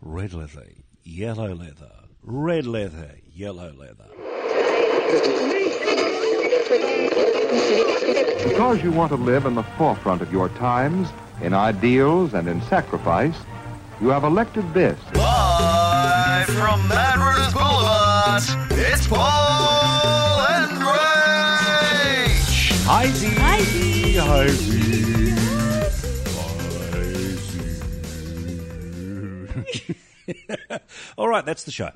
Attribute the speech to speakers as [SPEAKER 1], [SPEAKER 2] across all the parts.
[SPEAKER 1] red leather, yellow leather, red leather, yellow leather.
[SPEAKER 2] Because you want to live in the forefront of your times, in ideals and in sacrifice, you have elected this.
[SPEAKER 3] Live from Madras Boulevard, it's Paul and Rage.
[SPEAKER 1] Hi, Z. Hi, Z. Hi, All right, that's the show.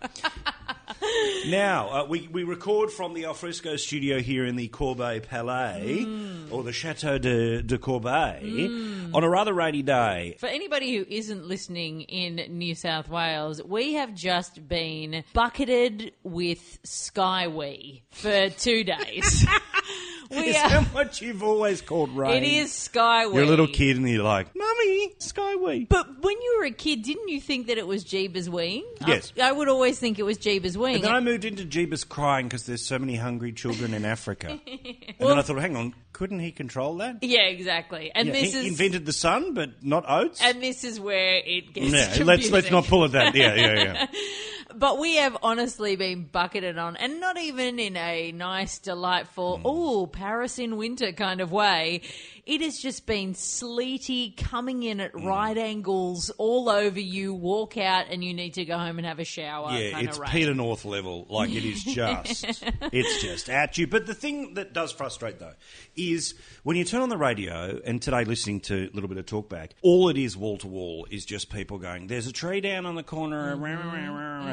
[SPEAKER 1] now, uh, we, we record from the Alfresco studio here in the Corbeil Palais,
[SPEAKER 4] Mm.
[SPEAKER 1] or the Chateau de, de Corbeil, on a rather rainy day.
[SPEAKER 4] For anybody who isn't listening in New South Wales, we have just been bucketed with skywee for two days. we
[SPEAKER 1] Is
[SPEAKER 4] are,
[SPEAKER 1] that what you've always called rain?
[SPEAKER 4] it is skywee.
[SPEAKER 1] You're a little kid and you're like, Mummy, Skyway.
[SPEAKER 4] But when you were a kid, didn't you think that it was Jeebus Wing?
[SPEAKER 1] Yes.
[SPEAKER 4] I, I would always think it was Jeebus Wing.
[SPEAKER 1] And then I moved into Jeebus crying because there's so many hungry children in Africa. and then I thought, hang on, couldn't he control that?
[SPEAKER 4] yeah, exactly. And
[SPEAKER 1] Yeah,
[SPEAKER 4] this
[SPEAKER 1] he
[SPEAKER 4] is
[SPEAKER 1] invented the sun, but not oats.
[SPEAKER 4] and this is where it gets
[SPEAKER 1] yeah,
[SPEAKER 4] confusing.
[SPEAKER 1] let's let's not pull at that. Yeah, yeah, yeah.
[SPEAKER 4] But we have honestly been bucketed on, and not even in a nice, delightful,
[SPEAKER 1] Mm.
[SPEAKER 4] oh, Paris in winter kind of way. It has just been sleety, coming in
[SPEAKER 1] Mm.
[SPEAKER 4] at right angles all over you, walk out, and you need to go home and have a shower.
[SPEAKER 1] Yeah,
[SPEAKER 4] kind
[SPEAKER 1] it's
[SPEAKER 4] of rain.
[SPEAKER 1] Peter North level. Like it is just, it's just at you. But the thing that does frustrate though is when you turn on the radio and today listening to a little bit of talkback, all it is wall to wall is just people going, "There's a tree down on the corner,"
[SPEAKER 4] Mm-hmm.
[SPEAKER 1] rah, rah, rah, rah, rah."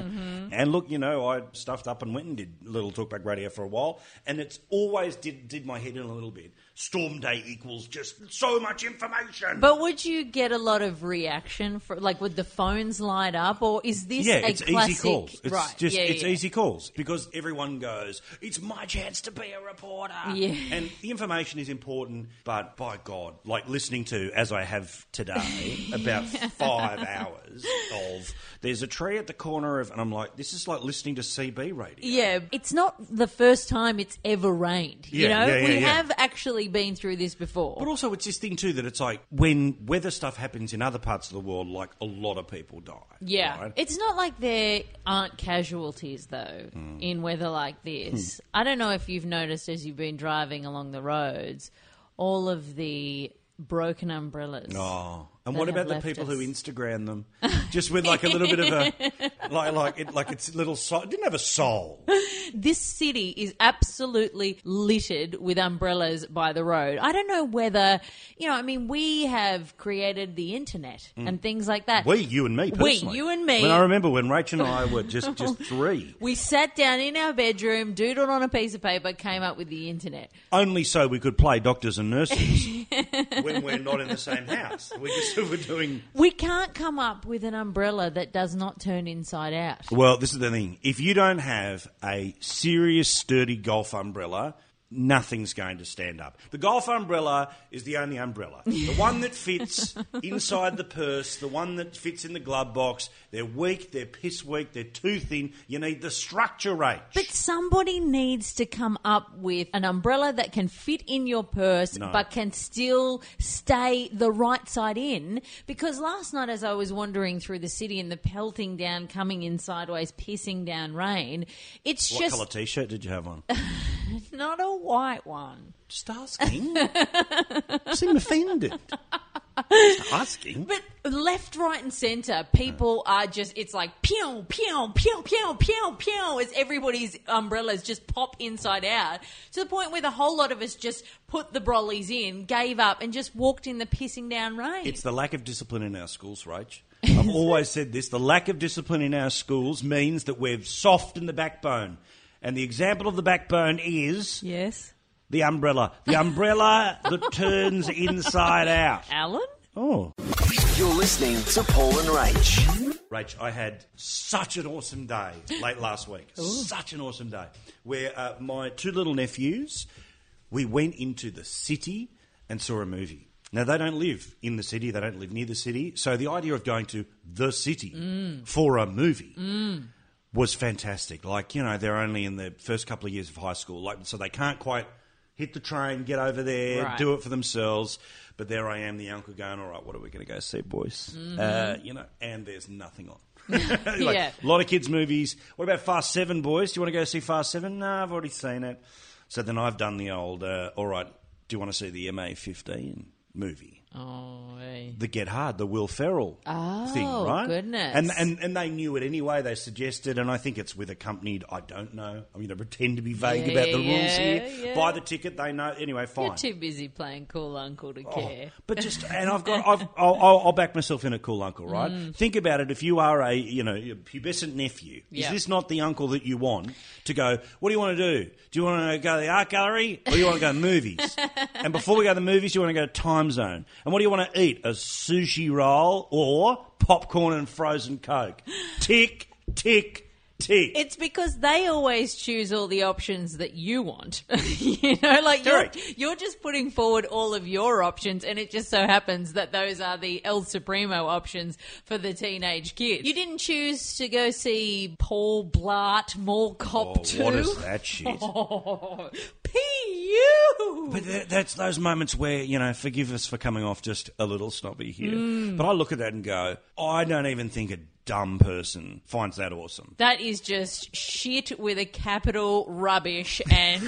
[SPEAKER 1] and look, you know, I stuffed up and went and did little talkback radio for a while, and it's always did did my head in a little bit. Storm day equals just so much information.
[SPEAKER 4] But would you get a lot of reaction for like would the phones light up or is this
[SPEAKER 1] yeah,
[SPEAKER 4] a
[SPEAKER 1] it's
[SPEAKER 4] classic
[SPEAKER 1] easy calls. It's
[SPEAKER 4] right
[SPEAKER 1] just
[SPEAKER 4] yeah,
[SPEAKER 1] it's
[SPEAKER 4] yeah.
[SPEAKER 1] easy calls because everyone goes, "It's my chance to be a reporter."
[SPEAKER 4] Yeah.
[SPEAKER 1] And the information is important, but by God, like listening to as I have today about 5 hours of there's a tree at the corner of and I'm like, this is like listening to CB radio.
[SPEAKER 4] Yeah, it's not the first time it's ever rained. you
[SPEAKER 1] Yeah,
[SPEAKER 4] know,
[SPEAKER 1] yeah, yeah,
[SPEAKER 4] we
[SPEAKER 1] yeah.
[SPEAKER 4] have actually been through this before.
[SPEAKER 1] But also, it's this thing too that it's like when weather stuff happens in other parts of the world, like a lot of people die.
[SPEAKER 4] Yeah.
[SPEAKER 1] right?
[SPEAKER 4] It's not like there aren't casualties, though,
[SPEAKER 1] Hmm.
[SPEAKER 4] in weather like this. I don't know if you've noticed as you've been driving along the roads, all of the broken umbrellas.
[SPEAKER 1] Oh, and
[SPEAKER 4] that
[SPEAKER 1] what
[SPEAKER 4] have
[SPEAKER 1] about the
[SPEAKER 4] left
[SPEAKER 1] people
[SPEAKER 4] us.
[SPEAKER 1] who Instagram them, just with like a little bit of a like like it like its little soul it didn't have a soul.
[SPEAKER 4] This city is absolutely littered with umbrellas by the road. I don't know whether, you know, I mean, we have created the internet and things like that.
[SPEAKER 1] Hmm. We, you and me,
[SPEAKER 4] We,
[SPEAKER 1] personally.
[SPEAKER 4] you and me.
[SPEAKER 1] When I remember when Rachel and I were just just three,
[SPEAKER 4] we sat down in our bedroom, doodled on a piece of paper, came up with the internet.
[SPEAKER 1] only so we could play doctors and nurses when we're not in the same house. We just were doing.
[SPEAKER 4] We can't come up with an umbrella that does not turn inside out.
[SPEAKER 1] Well, this is the thing. If you don't have a serious, sturdy golf umbrella, nothing's going to stand up. The golf umbrella is the only umbrella. The one that fits inside the purse, the one that fits in the glove box. They're weak, they're piss weak, they're too thin. You need the structure H.
[SPEAKER 4] But somebody needs to come up with an umbrella that can fit in your purse
[SPEAKER 1] No.
[SPEAKER 4] but can still stay the right side in. Because last night, as I was wandering through the city and the pelting down, coming in sideways, pissing down rain, it's
[SPEAKER 1] what
[SPEAKER 4] just
[SPEAKER 1] colour t shirt did you have on?
[SPEAKER 4] not a white one.
[SPEAKER 1] Just asking. seem offended. Just asking.
[SPEAKER 4] But left, right, and centre, people are just, it's like pew, pew, pew, pew, pew, pew, as everybody's umbrellas just pop inside out to the point where the whole lot of us just put the brollies in, gave up, and just walked in the pissing down rain.
[SPEAKER 1] It's the lack of discipline in our schools, Rach. I've always said this. The lack of discipline in our schools means that we're soft in the backbone. And the example of the backbone is
[SPEAKER 4] yes.
[SPEAKER 1] the umbrella. The umbrella that turns inside out.
[SPEAKER 4] Alan?
[SPEAKER 1] Oh.
[SPEAKER 3] You're listening to Paul and Rage.
[SPEAKER 1] Rach, I had such an awesome day late last week. Such an awesome day. Where uh, my two little nephews, we went into the city and saw a movie. Now, they don't live in the city, they don't live near the city. So the idea of going to the city for a movie. Was fantastic. Like, you know, they're only in the first couple of years of high school, like so they can't quite hit the train, get over there,
[SPEAKER 4] Right.
[SPEAKER 1] do it for themselves. But there I am, the uncle going, all right, what are we going to go see, boys? Uh, you know, and there's nothing on. Like,
[SPEAKER 4] Mm-hmm. Yeah.
[SPEAKER 1] A lot of kids' movies. What about Fast Seven, boys? Do you want to go see Fast Seven? No, I've already seen it. So then I've done the old, uh, all right, do you want to see the MA 15 movie?
[SPEAKER 4] Oh, hey.
[SPEAKER 1] the Get Hard, the Will Ferrell thing,
[SPEAKER 4] Oh,
[SPEAKER 1] right?
[SPEAKER 4] goodness.
[SPEAKER 1] And, and and they knew it anyway. They suggested, and I think it's with accompanied. I don't know. I'm going to pretend to be vague
[SPEAKER 4] Yeah,
[SPEAKER 1] about the
[SPEAKER 4] yeah,
[SPEAKER 1] rules here.
[SPEAKER 4] yeah.
[SPEAKER 1] Buy the ticket. They know anyway. Fine.
[SPEAKER 4] You're too busy playing cool uncle to
[SPEAKER 1] Oh,
[SPEAKER 4] care.
[SPEAKER 1] But just and I've got I've, I'll, I'll, I'll back myself in a cool uncle, right? Think about it. If you are a you know a pubescent nephew,
[SPEAKER 4] Yeah.
[SPEAKER 1] is this not the uncle that you want to go? What do you want to do? Do you want to go to the art gallery or do you want to go to movies? and before we go to the movies, you want to go to Time Zone. And what do you want to eat? A sushi roll or popcorn and frozen coke? Tick tick tick.
[SPEAKER 4] It's because they always choose all the options that you want. you know, like you're,
[SPEAKER 1] Correct.
[SPEAKER 4] you're just putting forward all of your options, and it just so happens that those are the El Supremo options for the teenage kid. You didn't choose to go see Paul Blart, Mall Cop
[SPEAKER 1] oh,
[SPEAKER 4] 2.
[SPEAKER 1] what is that shit?
[SPEAKER 4] Oh, P.U.
[SPEAKER 1] But th- that's those moments where, you know, forgive us for coming off just a little snobby here.
[SPEAKER 4] Mm.
[SPEAKER 1] But I look at that and go, I don't even think a dumb person finds that awesome.
[SPEAKER 4] That is just shit with a capital rubbish and.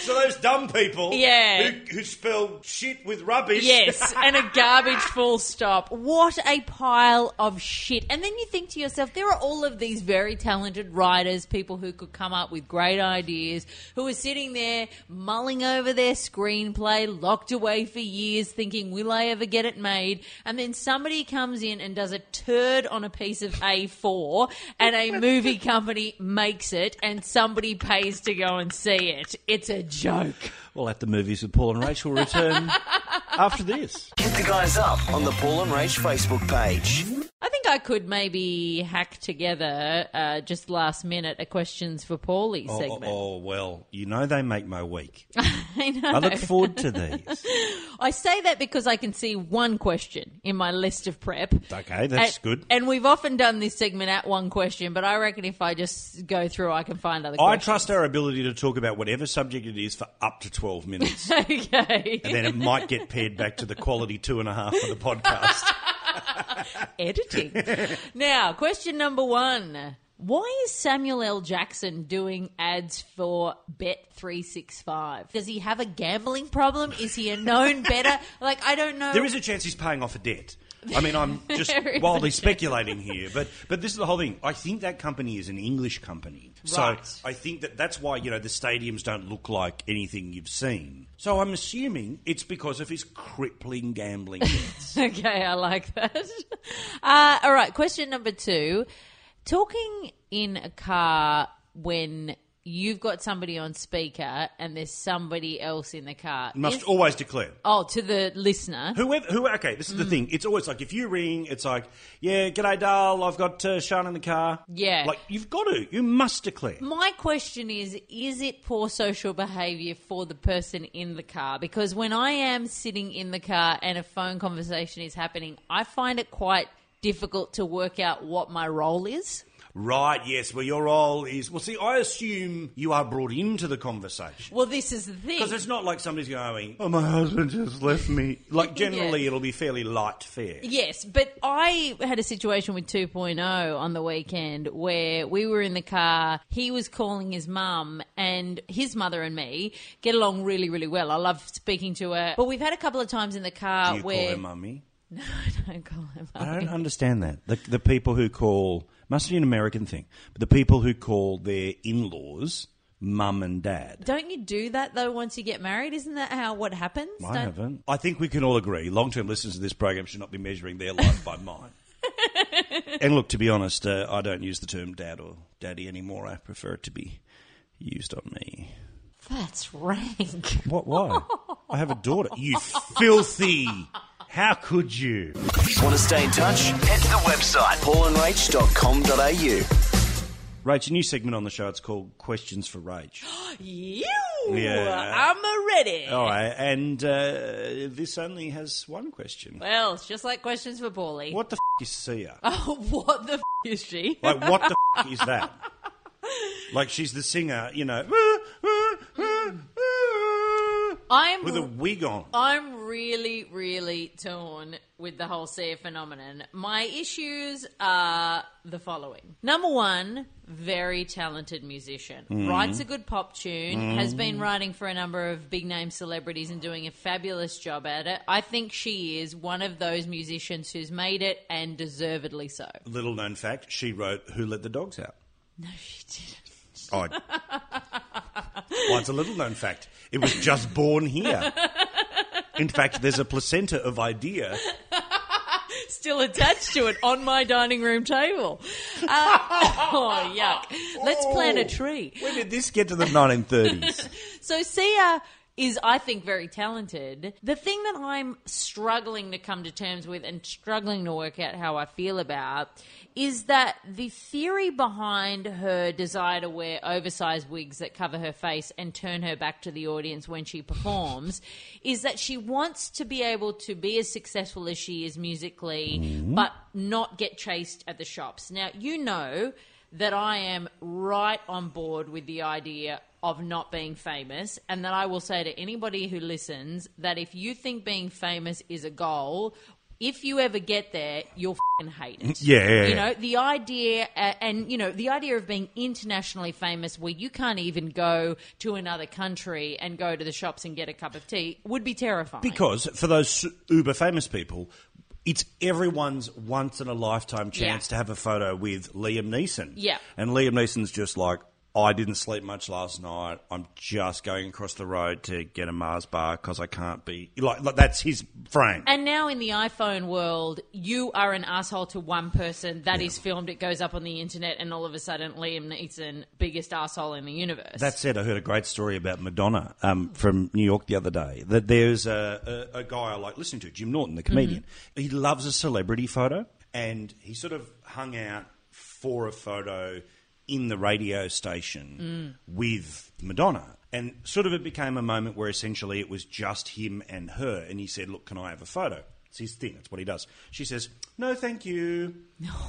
[SPEAKER 1] So those dumb people
[SPEAKER 4] Yeah.
[SPEAKER 1] who, who spell shit with rubbish.
[SPEAKER 4] Yes, and a garbage full stop. What a pile of shit. And then you think to yourself, there are all of these very talented writers, people who could come up with great ideas, who are sitting there mulling over their screenplay, locked away for years, thinking, will I ever get it made? And then somebody comes in and does a turd on a piece of A4, and a movie company makes it, and somebody pays to go and see it. It's a joke.
[SPEAKER 1] Well, at the movies with Paul and Rachel return after this.
[SPEAKER 3] Hit the guys up on the Paul and Rach Facebook page.
[SPEAKER 4] I think I could maybe hack together uh, just last minute a questions for Paulie
[SPEAKER 1] Oh,
[SPEAKER 4] segment.
[SPEAKER 1] oh, well, you know they make my week.
[SPEAKER 4] I know.
[SPEAKER 1] I look forward to these.
[SPEAKER 4] I say that because I can see one question in my list of prep.
[SPEAKER 1] Okay, that's
[SPEAKER 4] And-
[SPEAKER 1] good.
[SPEAKER 4] And we've often done this segment at one question, but I reckon if I just go through, I can find other
[SPEAKER 1] I
[SPEAKER 4] questions.
[SPEAKER 1] trust our ability to talk about whatever subject it is for up to 12 minutes.
[SPEAKER 4] okay.
[SPEAKER 1] and then it might get paired back to the quality two and a half for the podcast.
[SPEAKER 4] Editing. now, question number one. Why is Samuel L. Jackson doing ads for Bet365? Does he have a gambling problem? Is he a known better? Like, I don't know.
[SPEAKER 1] There is a chance he's paying off a debt. I mean, I'm just
[SPEAKER 4] There is
[SPEAKER 1] wildly speculating here, but but this is the whole thing. I think that company is an English company,
[SPEAKER 4] Right.
[SPEAKER 1] so I think that that's why you know the stadiums don't look like anything you've seen. So I'm assuming it's because of his crippling gambling debts.
[SPEAKER 4] Okay, I like that. Uh, all right, question number two. Talking in a car when you've got somebody on speaker and there's somebody else in the car.
[SPEAKER 1] Must
[SPEAKER 4] is-
[SPEAKER 1] always declare.
[SPEAKER 4] oh, to the listener.
[SPEAKER 1] Whoever, who, okay, this is
[SPEAKER 4] Mm.
[SPEAKER 1] the thing. It's always like if you ring, it's like, yeah, g'day, Dal. I've got uh, Sean in the car.
[SPEAKER 4] Yeah.
[SPEAKER 1] like you've got to, you must declare.
[SPEAKER 4] My question is Is it poor social behaviour for the person in the car? Because when I am sitting in the car and a phone conversation is happening, I find it quite difficult to work out what my role is.
[SPEAKER 1] Right, yes. Well, your role is. Well, see, I assume you are brought into the conversation.
[SPEAKER 4] Well, this is the thing.
[SPEAKER 1] Because it's not like somebody's going, oh, my husband just left me. Like, generally,
[SPEAKER 4] Yeah.
[SPEAKER 1] it'll be fairly light fare.
[SPEAKER 4] Yes, but I had a situation with 2.0 on the weekend where we were in the car. He was calling his mum, and his mother and me get along really, really well. I love speaking to her. But we've had a couple of times in the car
[SPEAKER 1] Do you
[SPEAKER 4] where
[SPEAKER 1] call her mummy?
[SPEAKER 4] no, I don't call her
[SPEAKER 1] I
[SPEAKER 4] mum.
[SPEAKER 1] don't understand that. The, the people who call, must be an American thing, but the people who call their in laws mum and dad.
[SPEAKER 4] Don't you do that though? Once you get married, isn't that how what happens?
[SPEAKER 1] I
[SPEAKER 4] Don't-
[SPEAKER 1] haven't. I think we can all agree long term listeners to this program should not be measuring their life by mine. and look, to be honest, uh, I don't use the term dad or daddy anymore. I prefer it to be used on me.
[SPEAKER 4] That's rank.
[SPEAKER 1] What? Why? I have a daughter. You filthy! How could you?
[SPEAKER 3] Want to stay in touch? Head to the website paulandrach.com.au.
[SPEAKER 1] Rach, a new segment on the show. It's called Questions for Rach.
[SPEAKER 4] You,
[SPEAKER 1] Yeah.
[SPEAKER 4] I'm ready.
[SPEAKER 1] All right, and uh, this only has one question.
[SPEAKER 4] Well, it's just like questions for Paulie.
[SPEAKER 1] What the f- is Sia?
[SPEAKER 4] what the f- is she?
[SPEAKER 1] Like, what the f- is that? Like, she's the singer, you know.
[SPEAKER 4] I'm
[SPEAKER 1] with a wig on.
[SPEAKER 4] I'm really, really torn with the whole Sia phenomenon. My issues are the following. Number one, very talented musician. Writes a good pop tune, has been writing for a number of big name celebrities and doing a fabulous job at it. I think she is one of those musicians who's made it and deservedly so.
[SPEAKER 1] Little known fact: she wrote "Who Let the Dogs Out."
[SPEAKER 4] No, she didn't.
[SPEAKER 1] Oh, well, it's a little known fact. It was just born here. In fact, there's a placenta of idea.
[SPEAKER 4] Still attached to it on my dining room table. Uh, oh, yuck. Let's plant a tree.
[SPEAKER 1] When did this get to the 1930s?
[SPEAKER 4] So Sia is, I think, very talented. The thing that I'm struggling to come to terms with and struggling to work out how I feel about is that the theory behind her desire to wear oversized wigs that cover her face and turn her back to the audience when she performs is that she wants to be able to be as successful as she is musically, but not get chased at the shops. Now, you know that I am right on board with the idea of not being famous, and that I will say to anybody who listens that if you think being famous is a goal, if you ever get there, you'll fing hate it.
[SPEAKER 1] Yeah, yeah,
[SPEAKER 4] you
[SPEAKER 1] yeah.
[SPEAKER 4] know the idea, uh, and you know the idea of being internationally famous, where you can't even go to another country and go to the shops and get a cup of tea, would be terrifying.
[SPEAKER 1] Because for those uber famous people, it's everyone's once in a lifetime chance
[SPEAKER 4] Yeah.
[SPEAKER 1] to have a photo with Liam Neeson.
[SPEAKER 4] Yeah.
[SPEAKER 1] And Liam Neeson's just like, I didn't sleep much last night. I'm just going across the road to get a Mars bar because I can't be. Like, like, that's his frame.
[SPEAKER 4] And now in the iPhone world, you are an asshole to one person. that is filmed. It goes up on the internet, and all of a sudden, Liam Neeson, biggest asshole in the universe.
[SPEAKER 1] That said, I heard a great story about Madonna um, from New York the other day. That there's a, a, a guy I like listening to, Jim Norton, the comedian. He loves a celebrity photo, and he sort of hung out for a photo in the radio station with Madonna. And sort of it became a moment where essentially it was just him and her. And he said, Look, can I have a photo? It's his thing. That's what he does. She says, "No, thank you,"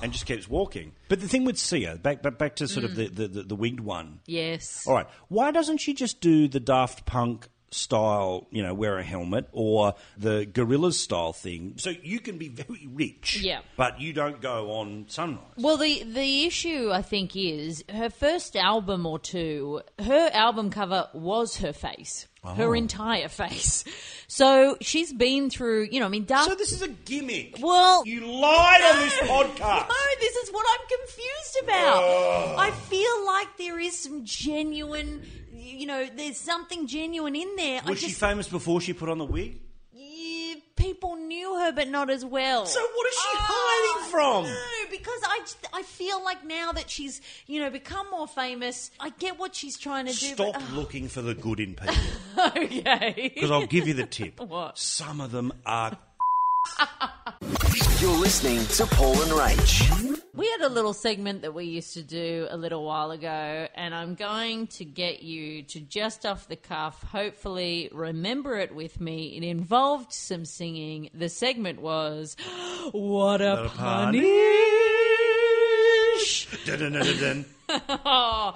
[SPEAKER 1] and just keeps walking. But the thing with Sia, back back, back to sort of the, the, the, the wigged one,
[SPEAKER 4] yes.
[SPEAKER 1] all right. Why doesn't she just do the Daft Punk style, you know, wear a helmet or the Gorillas style thing? So you can be very rich,
[SPEAKER 4] Yeah.
[SPEAKER 1] but you don't go on Sunrise.
[SPEAKER 4] Well, the the issue I think is her first album or two. Her album cover was her face,
[SPEAKER 1] Oh.
[SPEAKER 4] her entire face. So she's been through, you know, I mean, Daft
[SPEAKER 1] So this is a gimmick.
[SPEAKER 4] Well,
[SPEAKER 1] you lied on this
[SPEAKER 4] No.
[SPEAKER 1] podcast.
[SPEAKER 4] No, this is what I'm confused about. I feel like there is some genuine, you know, there's something genuine in there. I
[SPEAKER 1] Was she
[SPEAKER 4] just
[SPEAKER 1] famous before she put on the wig?
[SPEAKER 4] yeah, people knew her, but not as well.
[SPEAKER 1] So what is she
[SPEAKER 4] Oh,
[SPEAKER 1] hiding from?
[SPEAKER 4] No, because I just- I feel like now that she's you know become more famous, I get what she's trying to do.
[SPEAKER 1] Stop looking for the good in people
[SPEAKER 4] But, okay.
[SPEAKER 1] because I'll give you the tip.
[SPEAKER 4] What?
[SPEAKER 1] Some of them are
[SPEAKER 3] You're listening to Paul and Rach.
[SPEAKER 4] We had a little segment that we used to do a little while ago, and I'm going to get you to just off the cuff, hopefully remember it with me. It involved some singing. The segment was What a,
[SPEAKER 1] a
[SPEAKER 4] Punish!
[SPEAKER 1] dun, dun, dun, dun, dun.
[SPEAKER 4] Oh,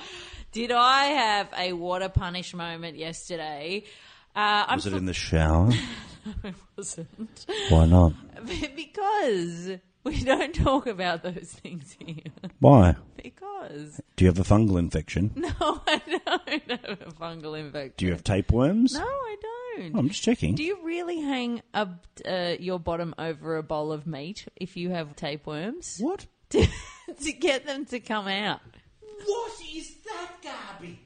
[SPEAKER 4] did I have a What a Punish moment yesterday? Uh, I'm
[SPEAKER 1] Was it in the shower?
[SPEAKER 4] wasn't.
[SPEAKER 1] Why not?
[SPEAKER 4] because we don't talk about those things here.
[SPEAKER 1] Why?
[SPEAKER 4] Because.
[SPEAKER 1] Do you have a fungal infection?
[SPEAKER 4] No, Oh, I don't have a fungal infection.
[SPEAKER 1] Do you have tapeworms?
[SPEAKER 4] No, I don't.
[SPEAKER 1] I'm just checking.
[SPEAKER 4] Do you really hang up uh, your bottom over a bowl of meat if you have tapeworms
[SPEAKER 1] What?
[SPEAKER 4] to, to get them to come out?
[SPEAKER 1] What is that garbage?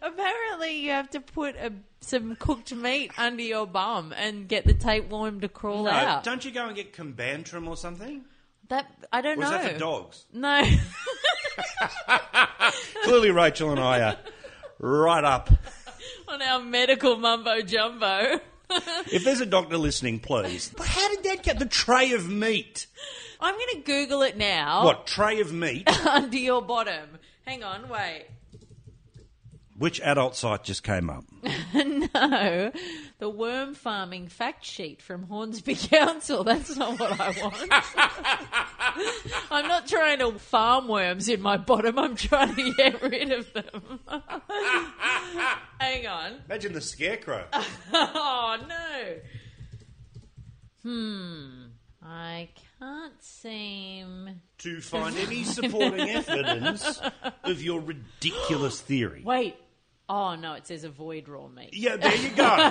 [SPEAKER 4] Apparently, you have to put a, some cooked meat under your bum and get the tapeworm to crawl out.
[SPEAKER 1] don't you go and get combantrum or something?
[SPEAKER 4] That I don't
[SPEAKER 1] Or is
[SPEAKER 4] know.
[SPEAKER 1] that for dogs?
[SPEAKER 4] No,
[SPEAKER 1] Clearly, Rachel and I are right up.
[SPEAKER 4] on our medical mumbo jumbo.
[SPEAKER 1] If there's a doctor listening, please. But how did that get the tray of meat?
[SPEAKER 4] I'm going to Google it now.
[SPEAKER 1] What tray of meat?
[SPEAKER 4] under your bottom? Hang on, wait.
[SPEAKER 1] Which adult site just came up?
[SPEAKER 4] no, the worm farming fact sheet from Hornsby Council. That's not what I want. I'm not trying to farm worms in my bottom. I'm trying to get rid of them. Hang on.
[SPEAKER 1] Imagine the scarecrow.
[SPEAKER 4] Oh no. Hmm. I can't seem.
[SPEAKER 1] to find any supporting evidence of your ridiculous theory.
[SPEAKER 4] Wait. Oh no, it says avoid raw meat.
[SPEAKER 1] Yeah, there you go.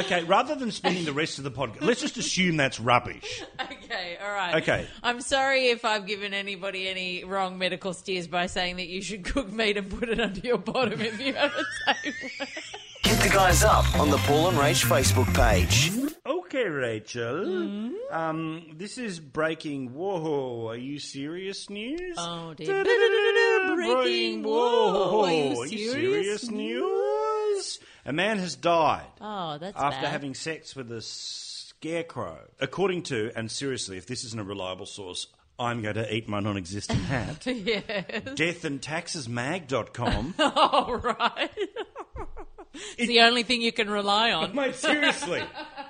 [SPEAKER 1] okay, rather than spending the rest of the podcast, let's just assume that's rubbish.
[SPEAKER 4] Okay, all right.
[SPEAKER 1] Okay.
[SPEAKER 4] I'm sorry if I've given anybody any wrong medical steers by saying that you should cook meat and put it under your bottom if you have a safe.
[SPEAKER 3] Hit the guys up on the Paul and Rach Facebook page.
[SPEAKER 1] Okay, Rachel.
[SPEAKER 4] Hmm?
[SPEAKER 1] Um, this is breaking. Whoa, are you serious news?
[SPEAKER 4] Oh, dear.
[SPEAKER 1] Da-da-da-da-da,
[SPEAKER 4] Breaking, whoa, are you serious
[SPEAKER 1] news? A man has died.
[SPEAKER 4] Oh, that's
[SPEAKER 1] after
[SPEAKER 4] bad.
[SPEAKER 1] having sex with a scarecrow. According to, and seriously, if this isn't a reliable source, I'm going to eat my non existent hat. Deathandtaxesmag.com.
[SPEAKER 4] All right. it's the only thing you can rely on.
[SPEAKER 1] Mate, seriously.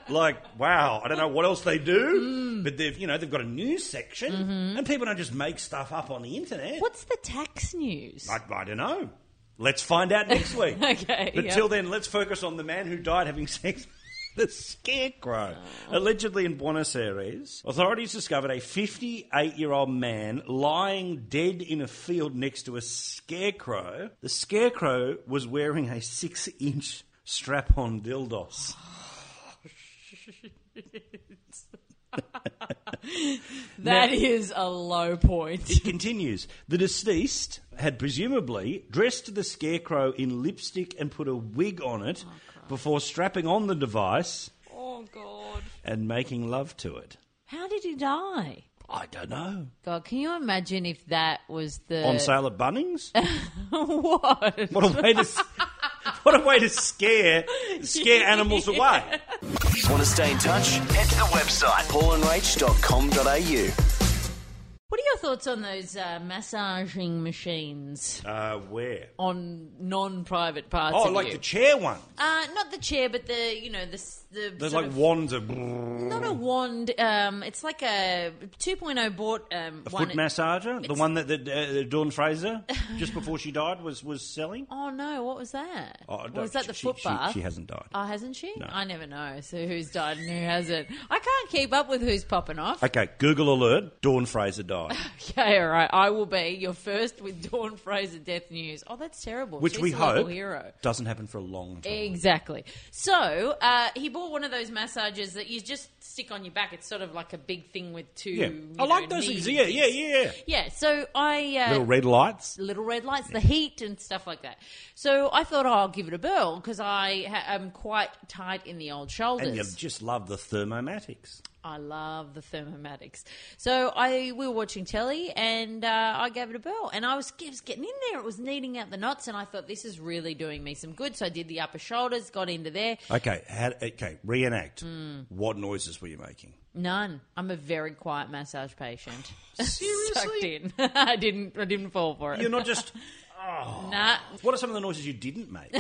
[SPEAKER 1] Like, wow, I don't know what else they
[SPEAKER 4] Mm.
[SPEAKER 1] do, but they've, you know, they've got a news section,
[SPEAKER 4] Mm-hmm.
[SPEAKER 1] and people don't just make stuff up on the internet.
[SPEAKER 4] What's the tax news?
[SPEAKER 1] I, I don't know. Let's find out next week.
[SPEAKER 4] Okay,
[SPEAKER 1] But
[SPEAKER 4] yeah.
[SPEAKER 1] till then, let's focus on the man who died having sex with the scarecrow.
[SPEAKER 4] Oh.
[SPEAKER 1] Allegedly in Buenos Aires, authorities discovered a 58 year old man lying dead in a field next to a scarecrow. The scarecrow was wearing a six inch strap on dildos.
[SPEAKER 4] That is a low point.
[SPEAKER 1] It continues. The deceased had presumably dressed the scarecrow in lipstick and put a wig on it before strapping on the device
[SPEAKER 4] Oh, God.
[SPEAKER 1] and making love to it.
[SPEAKER 4] How did he die?
[SPEAKER 1] I don't know.
[SPEAKER 4] God, can you imagine if that was the.
[SPEAKER 1] On sale at Bunnings?
[SPEAKER 4] what?
[SPEAKER 1] What a way to s- what a way to scare scare animals away.
[SPEAKER 3] Want to stay in touch? Head to the website paulandrach.com.au.
[SPEAKER 4] What are your thoughts on those uh, massaging machines
[SPEAKER 1] Uh, where?
[SPEAKER 4] on non-private parts?
[SPEAKER 1] Oh,
[SPEAKER 4] of
[SPEAKER 1] like
[SPEAKER 4] you?
[SPEAKER 1] the chair one.
[SPEAKER 4] uh, not the chair, but the you know the s- the
[SPEAKER 1] There's
[SPEAKER 4] sort
[SPEAKER 1] like
[SPEAKER 4] of-
[SPEAKER 1] wands of
[SPEAKER 4] not a wand. Um, it's like a 2.0 bought um,
[SPEAKER 1] a
[SPEAKER 4] one.
[SPEAKER 1] foot massager. The one that, that uh, Dawn Fraser just before she died was was selling.
[SPEAKER 4] Oh no, what was that?
[SPEAKER 1] Oh,
[SPEAKER 4] Or
[SPEAKER 1] no,
[SPEAKER 4] was that the
[SPEAKER 1] she-
[SPEAKER 4] foot
[SPEAKER 1] she-
[SPEAKER 4] bath?
[SPEAKER 1] she hasn't died.
[SPEAKER 4] Oh, hasn't she?
[SPEAKER 1] No.
[SPEAKER 4] I never know. So who's died and who hasn't? I can't keep up with who's popping off.
[SPEAKER 1] Okay, Google alert. Dawn Fraser died,
[SPEAKER 4] Okay, all right. I will be your first with Dawn Fraser death news. Oh, that's terrible.
[SPEAKER 1] which
[SPEAKER 4] She's
[SPEAKER 1] we
[SPEAKER 4] a local
[SPEAKER 1] hope
[SPEAKER 4] hero.
[SPEAKER 1] doesn't happen for a long time.
[SPEAKER 4] Exactly. So uh, he bought one of those massages that you just stick on your back. It's sort of like a big thing with two.
[SPEAKER 1] Yeah,
[SPEAKER 4] you
[SPEAKER 1] I like
[SPEAKER 4] know,
[SPEAKER 1] those things.
[SPEAKER 4] knees.
[SPEAKER 1] Yeah, yeah, yeah.
[SPEAKER 4] Yeah. So I uh,
[SPEAKER 1] Little red lights.
[SPEAKER 4] little red lights, the heat and stuff like that. So I thought oh, I'll give it a whirl because I ha- am quite tight in the old shoulders.
[SPEAKER 1] And you just love the thermomatics.
[SPEAKER 4] I love the thermomatics. So I we were watching telly and uh, I gave it a whirl and I was, it was getting in there. It was kneading out the knots and I thought this is really doing me some good. So I did the upper shoulders, got into there.
[SPEAKER 1] Okay, how, okay. Reenact.
[SPEAKER 4] Hmm.
[SPEAKER 1] What noises were you making?
[SPEAKER 4] None. I'm a very quiet massage patient. Sucked
[SPEAKER 1] Seriously?
[SPEAKER 4] in. I didn't. I didn't fall for it.
[SPEAKER 1] You're not just.
[SPEAKER 4] Nah.
[SPEAKER 1] What are some of the noises you didn't make?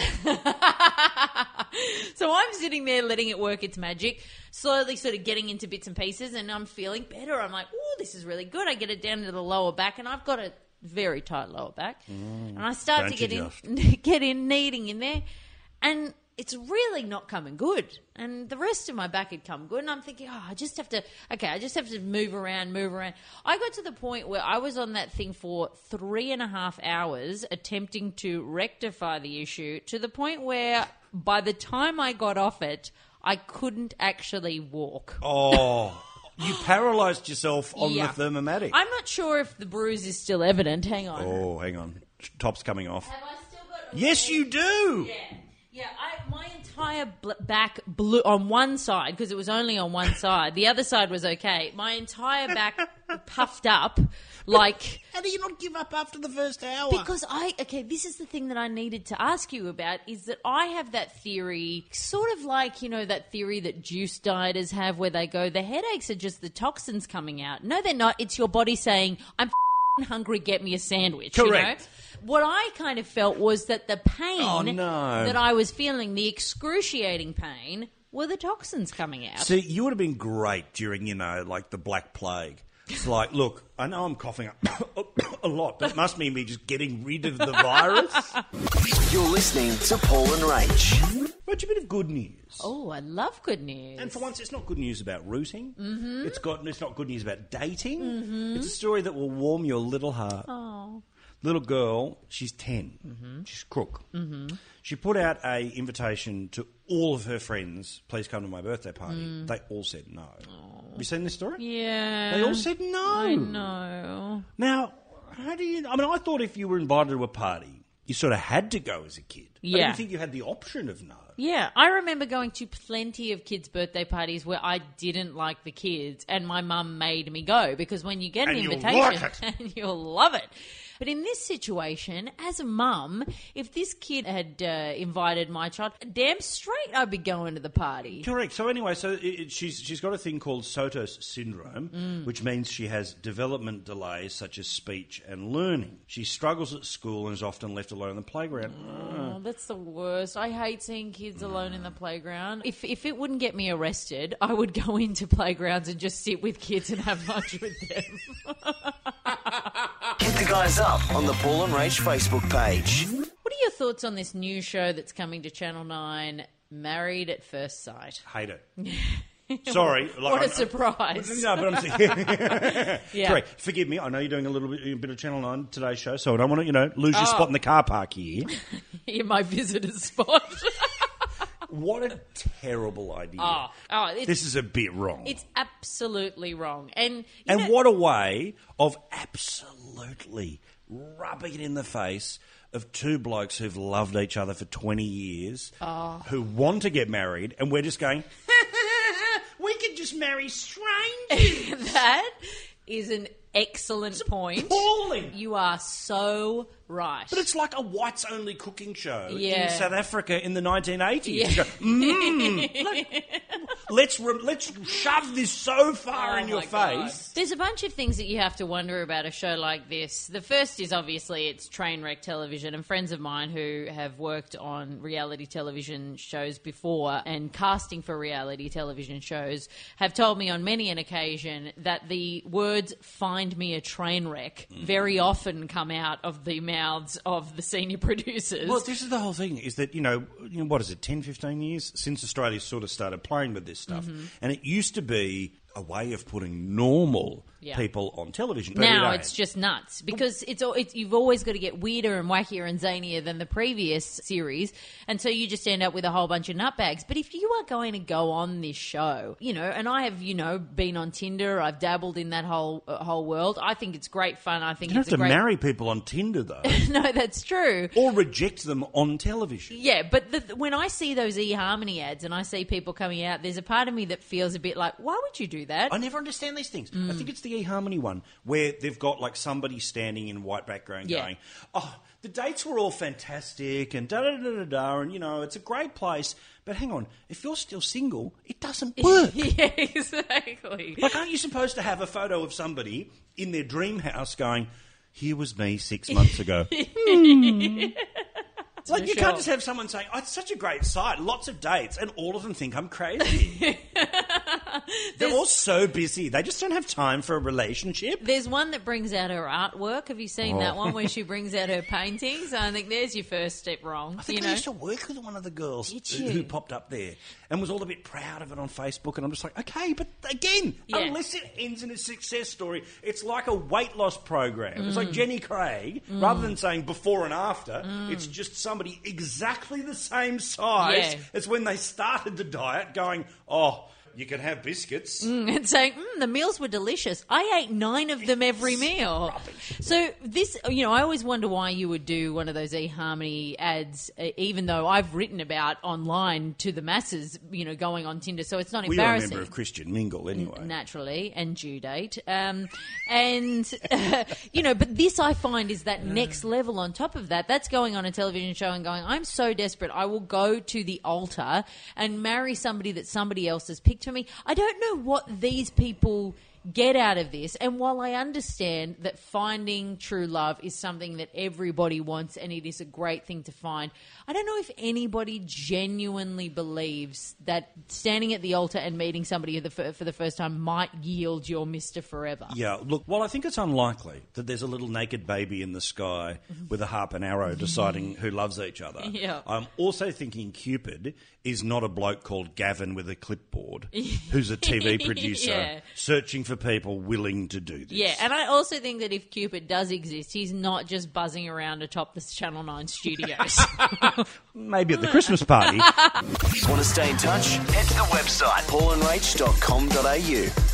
[SPEAKER 4] So I'm sitting there letting it work its magic, slowly sort of getting into bits and pieces, and I'm feeling better. I'm like, oh, this is really good. I get it down to the lower back, and I've got a very tight lower back, and I start to
[SPEAKER 1] Mm. don't
[SPEAKER 4] get
[SPEAKER 1] you
[SPEAKER 4] in, get in, kneading in there, and it's really not coming good. And the rest of my back had come good, and I'm thinking, oh, I just have to, okay, I just have to move around, move around. I got to the point where I was on that thing for three and a half hours attempting to rectify the issue to the point where by the time I got off it, I couldn't actually walk.
[SPEAKER 1] Oh, you paralysed yourself on
[SPEAKER 4] Yeah.
[SPEAKER 1] the thermomatic.
[SPEAKER 4] I'm not sure if the bruise is still evident. Hang on.
[SPEAKER 1] Oh, hang on. Top's coming off.
[SPEAKER 4] Have I still got a
[SPEAKER 1] Yes, you do.
[SPEAKER 4] Yeah, yeah. I, my entire bl- back blew on one side because it was only on one side. The other side was okay. My entire back puffed up, like
[SPEAKER 1] How do you not give up after the first hour?
[SPEAKER 4] because I okay. This is the thing that I needed to ask you about is that I have that theory, sort of like you know that theory that juice dieters have, where they go the headaches are just the toxins coming out. No, they're not. It's your body saying I'm. f***ing Hungry, get me a sandwich. you know?
[SPEAKER 1] Correct.
[SPEAKER 4] What I kind of felt was that the pain
[SPEAKER 1] Oh, no.
[SPEAKER 4] that I was feeling, the excruciating pain, were the toxins coming out.
[SPEAKER 1] See, you would have been great during, you know, like the Black Plague. It's like, look, I know I'm coughing up a lot, but it must mean me just getting rid of the virus.
[SPEAKER 3] You're listening to Paul and Rach.
[SPEAKER 1] But a bit of good news.
[SPEAKER 4] oh, I love good news.
[SPEAKER 1] And for once, it's not good news about rooting. Mm-hmm. It's got. It's not good news about dating. It's a story that will warm your little heart. Little girl, she's 10 She's crook. Mm-hmm. She put out a invitation to all of her friends. Please come to my birthday party. They all said no. Have you seen this story?
[SPEAKER 4] yeah.
[SPEAKER 1] They all said no.
[SPEAKER 4] I know.
[SPEAKER 1] Now, how do you? I mean, I thought if you were invited to a party, you sort of had to go as a kid. I
[SPEAKER 4] Yeah.
[SPEAKER 1] didn't think you had the option of no.
[SPEAKER 4] Yeah, I remember going to plenty of kids' birthday parties where I didn't like the kids, and my mum made me go because when you get an
[SPEAKER 1] And you'll
[SPEAKER 4] invitation,
[SPEAKER 1] like
[SPEAKER 4] and you'll love it. But in this situation, as a mum, if this kid had uh, invited my child, damn straight I'd be going to the party.
[SPEAKER 1] Correct. So anyway, so it, it- she's she's got a thing called Sotos syndrome,
[SPEAKER 4] Mm.
[SPEAKER 1] which means she has development delays such as speech and learning. She struggles at school and is often left alone on the playground.
[SPEAKER 4] Oh, that's the worst. I hate seeing kids alone in the playground. If if it wouldn't get me arrested, I would go into playgrounds and just sit with kids and have lunch with them.
[SPEAKER 3] Hit the guys up on the Paul and Rach Facebook page.
[SPEAKER 4] What are your thoughts on this new show that's coming to Channel 9, Married at First Sight?
[SPEAKER 1] Hate it. Sorry. like,
[SPEAKER 4] What
[SPEAKER 1] I-
[SPEAKER 4] a surprise.
[SPEAKER 1] No, but I'm saying,
[SPEAKER 4] Yeah.
[SPEAKER 1] sorry. Forgive me. I know you're doing a little bit, a bit of Channel Nine today's show, so I don't want to, you know, lose your
[SPEAKER 4] Oh.
[SPEAKER 1] spot in the car park here.
[SPEAKER 4] In my visitor's spot.
[SPEAKER 1] what a terrible idea!
[SPEAKER 4] oh, oh, it's,
[SPEAKER 1] this is a bit wrong.
[SPEAKER 4] it's absolutely wrong. And, you
[SPEAKER 1] And
[SPEAKER 4] know-
[SPEAKER 1] what a way of absolutely rubbing it in the face of two blokes who've loved each other for 20 years,
[SPEAKER 4] Ah.
[SPEAKER 1] who want to get married, and we're just going, we could just marry strangers.
[SPEAKER 4] that is an excellent point.
[SPEAKER 1] Appalling.
[SPEAKER 4] You are so right.
[SPEAKER 1] But it's like a whites only cooking show
[SPEAKER 4] Yeah.
[SPEAKER 1] in South Africa in the 1980s. You go, "Mm, let, let's, re- let's shove this so far
[SPEAKER 4] Oh
[SPEAKER 1] in your
[SPEAKER 4] my God.
[SPEAKER 1] face.
[SPEAKER 4] There's a bunch of things that you have to wonder about a show like this. The first is obviously it's train wreck television, and friends of mine who have worked on reality television shows before and casting for reality television shows have told me on many an occasion that the words "find me a train wreck"
[SPEAKER 1] Mm.
[SPEAKER 4] very often come out of the mouths of the senior producers.
[SPEAKER 1] Well, this is the whole thing is that, you know, you know, what is it, 10, 15 years since Australia sort of started playing with this stuff.
[SPEAKER 4] Mm-hmm.
[SPEAKER 1] And it used to be a way of putting normal
[SPEAKER 4] Yeah.
[SPEAKER 1] people on television. But
[SPEAKER 4] now
[SPEAKER 1] it ain't.
[SPEAKER 4] it's just nuts because it's, al- it's you've always got to get weirder and wackier and zanier than the previous series, and so you just end up with a whole bunch of nutbags. But if you are going to go on this show, you know, and I have you know been on Tinder, I've dabbled in that whole uh, whole world. I think it's great fun. I think
[SPEAKER 1] You don't
[SPEAKER 4] it's
[SPEAKER 1] have to
[SPEAKER 4] a great
[SPEAKER 1] marry people on Tinder, though,
[SPEAKER 4] no, that's true.
[SPEAKER 1] or reject them on television.
[SPEAKER 4] Yeah, but the, when I see those eHarmony ads and I see people coming out, there's a part of me that feels a bit like, why would you do that?
[SPEAKER 1] I never understand these things. I
[SPEAKER 4] Mm.
[SPEAKER 1] think it's the eHarmony one where they've got like somebody standing in white background
[SPEAKER 4] Yeah.
[SPEAKER 1] going, "Oh, the dates were all fantastic and da da da da da," and you know it's a great place. But hang on, if you're still single, it doesn't work.
[SPEAKER 4] yeah, exactly.
[SPEAKER 1] Like, aren't you supposed to have a photo of somebody in their dream house going, here was me six months ago? Like, you
[SPEAKER 4] sure.
[SPEAKER 1] can't just have someone saying, oh, it's such a great site, lots of dates, and all of them think I'm crazy. They're all so busy. They just don't have time for a relationship.
[SPEAKER 4] There's one that brings out her artwork. Have you seen
[SPEAKER 1] Oh.
[SPEAKER 4] that one where she brings out her paintings? I think there's your first step wrong.
[SPEAKER 1] I think
[SPEAKER 4] you
[SPEAKER 1] I
[SPEAKER 4] know,
[SPEAKER 1] used to work with one of the girls
[SPEAKER 4] Did
[SPEAKER 1] who-
[SPEAKER 4] you?
[SPEAKER 1] who popped up there and was all a bit proud of it on Facebook. And I'm just like, okay, but again,
[SPEAKER 4] Yeah.
[SPEAKER 1] unless it ends in a success story, it's like a weight loss program. It's
[SPEAKER 4] Mm.
[SPEAKER 1] like Jenny Craig, rather than saying before and after, it's just somebody exactly the same size
[SPEAKER 4] Yeah.
[SPEAKER 1] as when they started the diet going, oh, you can have biscuits.
[SPEAKER 4] and saying mm, the meals were delicious. I ate nine of them every meal. So this, you know, I always wonder why you would do one of those eHarmony ads, uh, even though I've written about online to the masses, you know, going on Tinder. So it's not
[SPEAKER 1] Well, you're a
[SPEAKER 4] embarrassing.
[SPEAKER 1] member of Christian Mingle anyway.
[SPEAKER 4] naturally and due date um, and uh, you know but this i find is that next level on top of that that's going on a television show and going i'm so desperate i will go to the altar and marry somebody that somebody else has picked for me i don't know what these people get out of this. And while I understand that finding true love is something that everybody wants and it is a great thing to find, I don't know if anybody genuinely believes that standing at the altar and meeting somebody the fir- for the first time might yield your Mr. Forever.
[SPEAKER 1] Yeah, look, well, I think it's unlikely that there's a little naked baby in the sky with a harp and arrow deciding who loves each other.
[SPEAKER 4] Yeah.
[SPEAKER 1] I'm also thinking Cupid is not a bloke called Gavin with a clipboard who's a TV producer
[SPEAKER 4] Yeah.
[SPEAKER 1] searching for people willing to do this.
[SPEAKER 4] Yeah, and I also think that if Cupid does exist, he's not just buzzing around atop the Channel 9 studios.
[SPEAKER 1] Maybe at the Christmas party.
[SPEAKER 3] Want to stay in touch? Head to the website paulandrach.com.au.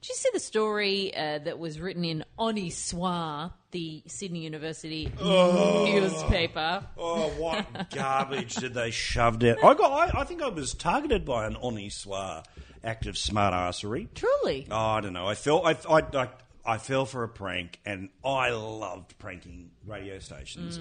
[SPEAKER 4] Did you see the story uh, that was written in Oniswa, the Sydney University newspaper?
[SPEAKER 1] oh, what garbage did they shove down? I, got, I, I think I was targeted by an Oniswa act of smart arsery.
[SPEAKER 4] Truly.
[SPEAKER 1] Oh, I don't know. I fell. I, I, I, I fell for a prank, and I loved pranking radio stations.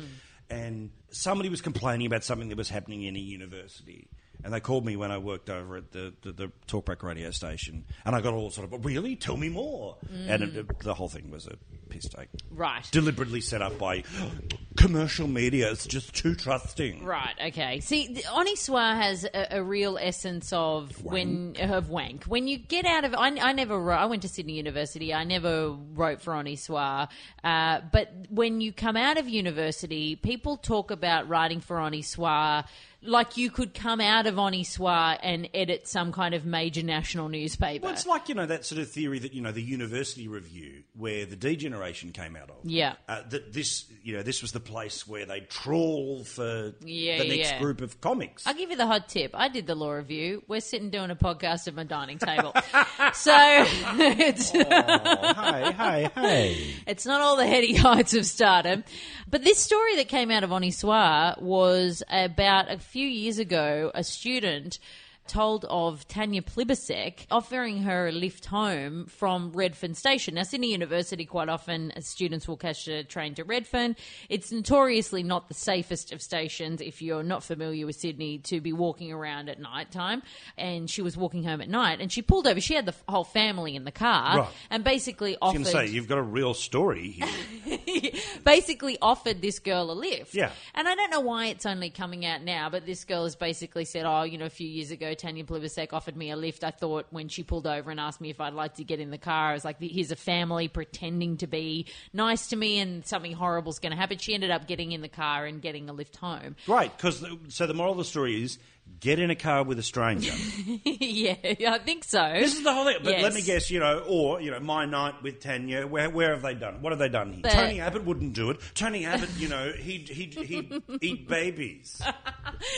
[SPEAKER 1] And somebody was complaining about something that was happening in a university. And they called me when I worked over at the, the, the Talkback radio station. And I got all sort of, really? Tell me more. And it, it- the whole thing was a piss take.
[SPEAKER 4] Right.
[SPEAKER 1] Deliberately set up by commercial media. It's just too trusting.
[SPEAKER 4] Right. Okay. See, the, Oniswa has a, a real essence of when of wank. When you get out of, I, I never. wrote- I went to Sydney University. I never wrote for Oniswa. Uh, but when you come out of university, people talk about writing for Oniswa. Like you could come out of Oniswa and edit some kind of major national newspaper.
[SPEAKER 1] Well, it's like you know that sort of theory that you know the University Review, where the D generation came out of.
[SPEAKER 4] Yeah.
[SPEAKER 1] uh, that this you know this was the place where they trawl for
[SPEAKER 4] Yeah,
[SPEAKER 1] the next
[SPEAKER 4] yeah.
[SPEAKER 1] group of comics.
[SPEAKER 4] I'll give you the hot tip. I did the law review. We're sitting doing a podcast at my dining table. so it's.
[SPEAKER 1] Oh, hey, hey, hey!
[SPEAKER 4] It's not all the heady heights of stardom. But this story that came out of Oniswa was about a few years ago, a student told of Tanya Plibersek offering her a lift home from Redfern Station. Now, Sydney University, quite often, students will catch a train to Redfern. It's notoriously not the safest of stations if you're not familiar with Sydney to be walking around at night time. And she was walking home at night and she pulled over. She had the f- whole family in the car
[SPEAKER 1] Right.
[SPEAKER 4] and basically
[SPEAKER 1] I
[SPEAKER 4] offered
[SPEAKER 1] was going to say you've got a real story here.
[SPEAKER 4] basically offered this girl a lift.
[SPEAKER 1] Yeah.
[SPEAKER 4] And I don't know why it's only coming out now, but this girl has basically said, oh, you know, a few years ago, Tanya Plibersek offered me a lift. I thought when she pulled over and asked me if I'd like to get in the car, I was like, here's a family pretending to be nice to me and something horrible's going to happen. She ended up getting in the car and getting a lift home.
[SPEAKER 1] Right? Because so the moral of the story is get in a car with a stranger.
[SPEAKER 4] yeah, I think so.
[SPEAKER 1] this is the whole thing. But let
[SPEAKER 4] Yes.
[SPEAKER 1] me guess, you know, or you know, my night with Tanya. Where where have they done? What have they done here?
[SPEAKER 4] But-
[SPEAKER 1] Tony Abbott wouldn't do it. Tony Abbott, you know, he'd he'd, he'd eat babies.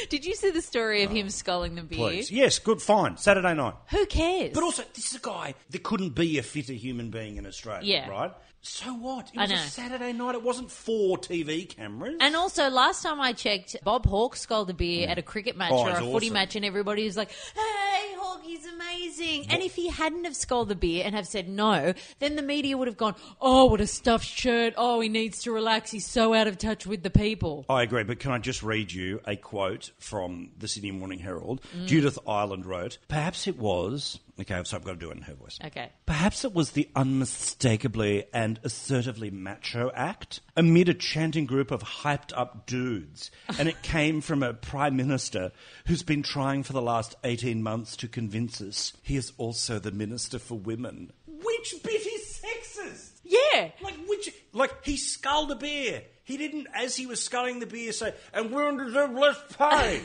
[SPEAKER 4] Did you see the story of him sculling the beer?
[SPEAKER 1] Please. Yes, good, fine. Saturday night.
[SPEAKER 4] Who cares?
[SPEAKER 1] But also, this is a guy that couldn't be a fitter human being in Australia,
[SPEAKER 4] Yeah.
[SPEAKER 1] right? So what? It
[SPEAKER 4] I
[SPEAKER 1] was a
[SPEAKER 4] know.
[SPEAKER 1] Saturday night. It wasn't four TV cameras.
[SPEAKER 4] And also, last time I checked, Bob Hawke sculled a beer at a cricket match
[SPEAKER 1] Oh,
[SPEAKER 4] or a
[SPEAKER 1] he's
[SPEAKER 4] footy
[SPEAKER 1] awesome.
[SPEAKER 4] match, and everybody was like, "Hey, Hawke, he's amazing!" And if he hadn't have sculled the beer and have said no, then the media would have gone, "Oh, what a stuffed shirt! Oh, he needs to relax. He's so out of touch with the people."
[SPEAKER 1] I agree, but can I just read you a quote from the Sydney Morning Herald?
[SPEAKER 4] Mm.
[SPEAKER 1] Judith Ireland wrote, Perhaps it was. Okay, so I've got to do it in her voice.
[SPEAKER 4] Okay.
[SPEAKER 1] Perhaps it was the unmistakably and assertively macho act amid a chanting group of hyped up dudes. And it came from a prime minister who's been trying for the last 18 months to convince us he is also the minister for women. Which bit is sexist?
[SPEAKER 4] Yeah.
[SPEAKER 1] Like which? Like he sculled a beer. He didn't, as he was sculling the beer, say, "And we're under the less pay."